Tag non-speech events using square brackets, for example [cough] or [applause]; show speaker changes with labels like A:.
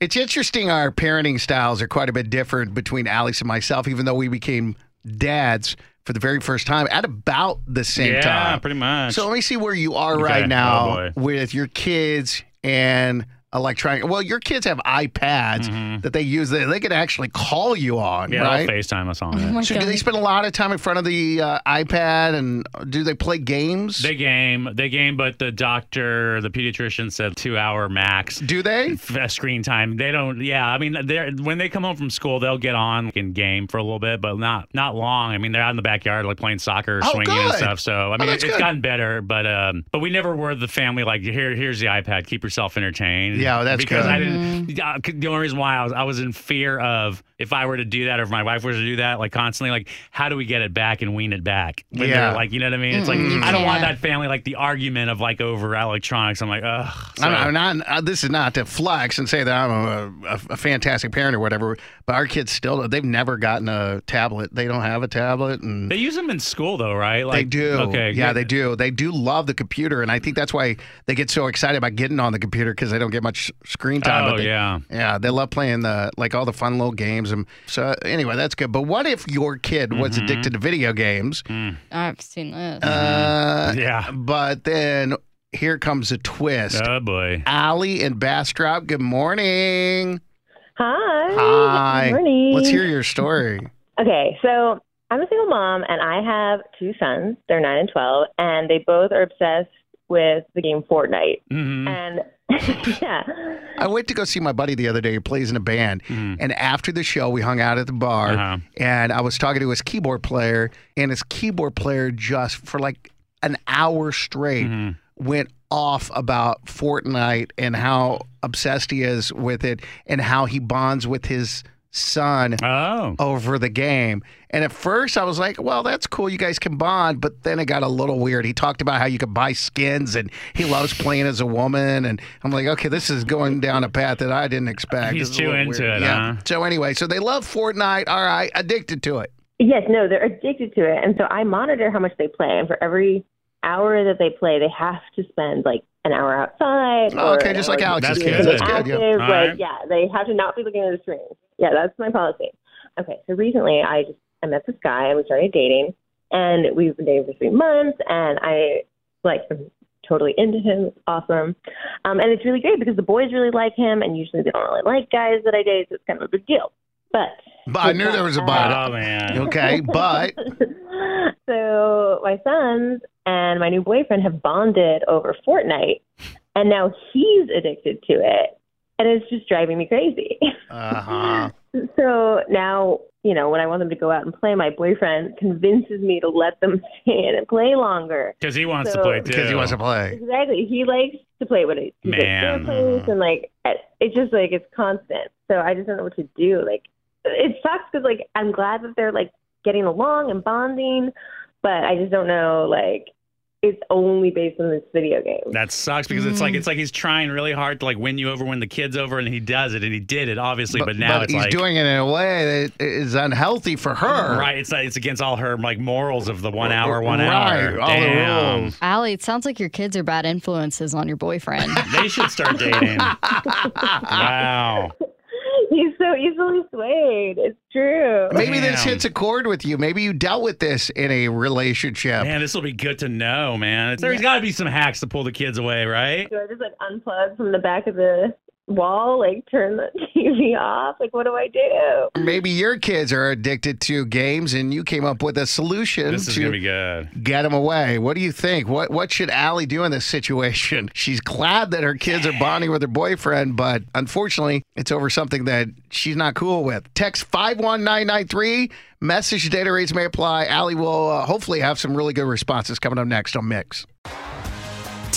A: It's interesting our parenting styles are quite a bit different between Alex and myself, even though we became dads for the very first time at about the same
B: yeah,
A: time.
B: pretty much.
A: So let me see where you are
B: Okay.
A: right now
B: Oh, boy.
A: with your kids and electronic. Well, your kids have iPads that they use. They, they can actually call you on,
B: Mm-hmm. yeah,
A: right?
B: they'll FaceTime us on
C: Oh
B: it.
C: my
A: So do
C: God.
A: they spend a lot of time in front of the uh, iPad and do they play games?
B: They game, they game, but the doctor, the pediatrician said two hour max.
A: do they?
B: [laughs] f- uh, screen time. They don't. Yeah, I mean, they're when they come home from school, they'll get on and game for a little bit, but not not long. I mean, they're out in the backyard like playing soccer,
A: Oh,
B: swinging and
A: good.
B: stuff. So I mean,
A: that's
B: it's
A: good.
B: gotten better, but um, but we never were the family like here here's the iPad, keep yourself entertained.
A: Yeah, that's
B: because
A: good.
B: I didn't. yeah, c- The only reason why I was I was in fear of if I were to do that or if my wife were to do that, like constantly, like how do we get it back and wean it back? When they're,
A: Yeah.
B: like you know what I mean. It's like
C: Mm-mm, you
B: I don't want
C: can't.
B: that family like the argument of like over electronics. I'm like ugh. So-
A: I'm, I'm not. Uh, this is not to flex and say that I'm a, a, a fantastic parent or whatever. But our kids still, they've never gotten a tablet. They don't have a tablet, and
B: They use them in school though, right?
A: they
B: Like,
A: do.
B: Okay.
A: Yeah, they do. They do love the computer, and I think that's why they get so excited about getting on the computer because they don't get much screen time.
B: Oh
A: but they-
B: yeah.
A: Yeah, they love playing the like all the fun little games, and so anyway, that's good. But what if your kid was
B: Mm-hmm.
A: addicted to video games?
C: I've seen this.
A: Uh,
B: Yeah.
A: But then here comes a twist.
B: Oh boy.
A: Allie and Bastrop. Good morning.
D: Hi.
A: Hi.
D: Good morning.
A: Let's hear your story.
D: Okay, so I'm a single mom, and I have two sons. They're nine and twelve, and they both are obsessed with the game Fortnite.
B: hmm
D: And
A: Mm.
D: [laughs] yeah,
A: I went to go see my buddy the other day who plays in a band. And after the show, we hung out at the bar.
B: Uh-huh.
A: And I was talking to his keyboard player, and his keyboard player just for like an hour straight went off about Fortnite and how obsessed he is with it and how he bonds with his son.
B: Oh.
A: over the game. And at first I was like, well, that's cool. You guys can bond. But then it got a little weird. He talked about how you could buy skins and he loves playing as a woman. And I'm like, okay, this is going down a path that I didn't expect.
B: He's
A: This is a
B: too
A: little
B: into
A: weird.
B: it,
A: Yeah.
B: huh?
A: So anyway, so they love Fortnite. All right, addicted to it.
D: yes, no, they're addicted to it, and so I monitor how much they play. And for every hour that they play, they have to spend like an hour outside.
A: Oh,
D: or
A: okay,
D: an
A: just
D: hour
A: like Alex
B: That's
D: doing
B: good.
D: something
B: That's
A: good, yeah.
D: active,
B: All
D: like,
B: right.
D: yeah, they have to not be looking at the screen. Yeah, that's my policy. Okay, so recently I just I met this guy and we started dating, and we've been dating for three months, and I like am totally into him. It's awesome, um, and it's really great because the boys really like him, and usually they don't really like guys that I date, so it's kind of a big deal. But
A: But I knew there was a bot.
B: Oh man. [laughs]
A: Okay, but
D: [laughs] so my sons and my new boyfriend have bonded over Fortnite, and now he's addicted to it, and it's just driving me crazy. [laughs]
A: uh-huh.
D: So now, you know, when I want them to go out and play, my boyfriend convinces me to let them [laughs] stay in and play longer.
B: Because he wants to
D: So-
B: play too.
A: because he wants to play.
D: Exactly, he likes to play what it, he's at their
B: Man.
D: place, and like it's just like it's constant. So I just don't know what to do. Like it sucks because like I'm glad that they're like getting along and bonding, but I just don't know like it's only based on this video game.
B: That sucks because it's like it's like he's trying really hard to like win you over when the kid's over and he does it and he did it obviously but, now it's
A: he's
B: like
A: doing it in a way that is unhealthy for her.
B: right it's it's against all her like morals of the one hour one
A: Right,
B: hour
A: all the
B: Damn.
A: rules.
C: Allie, it sounds like your kids are bad influences on your boyfriend.
B: they should
A: [laughs]
B: start dating wow
D: [laughs] He's so easily swayed. It's true.
A: Maybe this
B: Damn.
A: hits a chord with you. Maybe you dealt with this in a relationship.
B: man this will be good to know man It's- there's got to be some hacks to pull the kids away right
D: Do I just like unplug from the back of the wall, like turn the [laughs] TV off? Like, what do I do?
A: Maybe your kids are addicted to games and you came up with a solution
B: this is gonna be
A: to
B: good
A: get them away. What do you think? What what should Allie do in this situation? [laughs] She's glad that her kids are bonding with her boyfriend, but unfortunately, it's over something that she's not cool with. Text 51993, message data rates may apply. Allie will uh, hopefully have some really good responses coming up next on Mix.